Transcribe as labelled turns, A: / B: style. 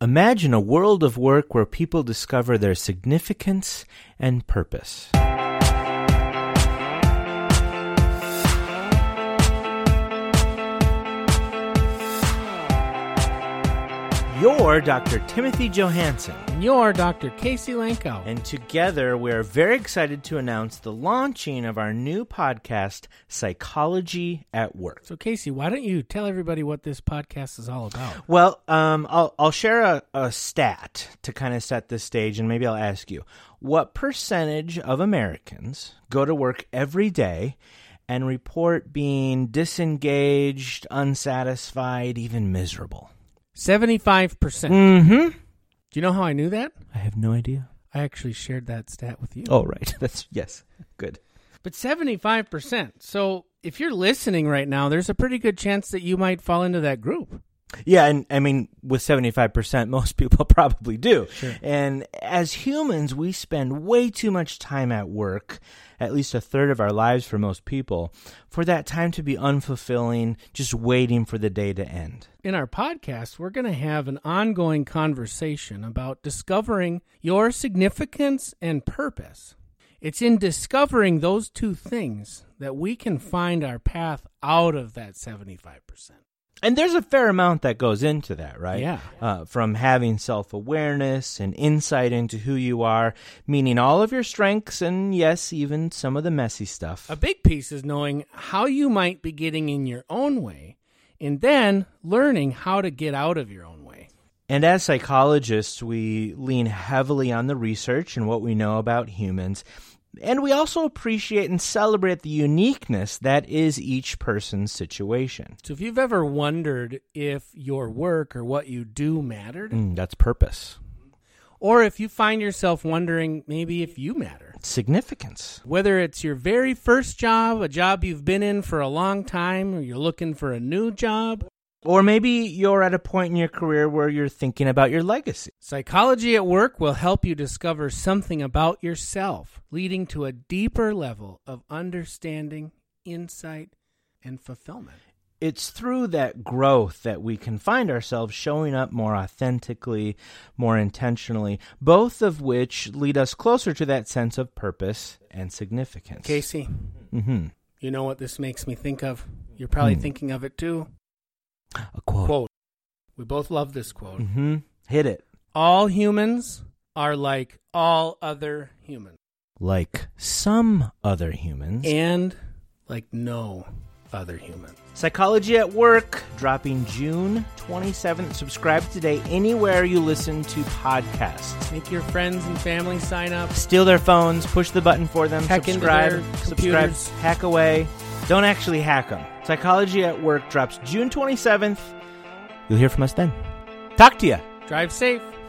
A: Imagine a world of work where people discover their significance and purpose. You're Dr. Timothy Johansen,
B: And you're Dr. Casey Lenko.
A: and together we are very excited to announce the launching of our new podcast, Psychology at Work.
B: so, Casey, why don't you tell everybody what this podcast is all about?
A: Well, um, I'll, I'll share a, a stat to kind of set the stage, and maybe I'll ask you what percentage of Americans go to work every day and report being disengaged, unsatisfied, even miserable?
B: 75%. Do
A: Mm hmm.
B: you know how I knew that?
A: I have no idea.
B: I actually shared that stat with you.
A: Oh, right. That's yes. Good.
B: But 75%. So, if you're listening right now, there's a pretty good chance that you might fall into that group.
A: Yeah, and I mean, with 75%, most people probably do. And as humans, we spend way too much time at work, at least a third of our lives for most people, for that time to be unfulfilling, just waiting for the day to end.
B: In our podcast, we're going to have an ongoing conversation about discovering your significance and purpose. It's in discovering those two things that we can find our path out of that 75%.
A: And there's a fair amount that goes into that, right?
B: Yeah.
A: Uh, from having self awareness and insight into who you are, meaning all of your strengths and, yes, even some of the messy stuff.
B: A big piece is knowing how you might be getting in your own way and then learning how to get out of your own way.
A: And as psychologists, we lean heavily on the research and what we know about humans. And we also appreciate and celebrate the uniqueness that is each person's situation.
B: So, if you've ever wondered if your work or what you do mattered,
A: Mm, that's purpose,
B: or if you find yourself wondering maybe if you matter,
A: significance.
B: whether it's your very first job, a job you've been in for a long time, or you're looking for a new job,
A: Or maybe you're at a point in your career where you're thinking about your legacy.
B: Psychology at Work will help you discover something about yourself, leading to a deeper level of understanding, insight, and fulfillment.
A: It's through that growth that we can find ourselves showing up more authentically, more intentionally, both of which lead us closer to that sense of purpose and significance.
B: Casey,
A: Mm-hmm.
B: you know what this makes me think of? You're probably
A: Hmm. Oh.
B: thinking of it too.
A: A quote.
B: Quote We both love this quote.
A: Mm-hmm. Hit it.
B: All humans are like all other humans,
A: Like some other humans.
B: and like no other human.
A: Psychology at Work, dropping June 27th. Subscribe today anywhere you listen to podcasts.
B: Make your friends and family sign up.
A: Steal their phones, push the button for them,
B: Hack into
A: subscribe,
B: their
A: subscribe,
B: computers.
A: hack away. Don't actually hack them. Psychology at Work drops June 27th. You'll hear from us then. Talk to you.
B: Drive safe.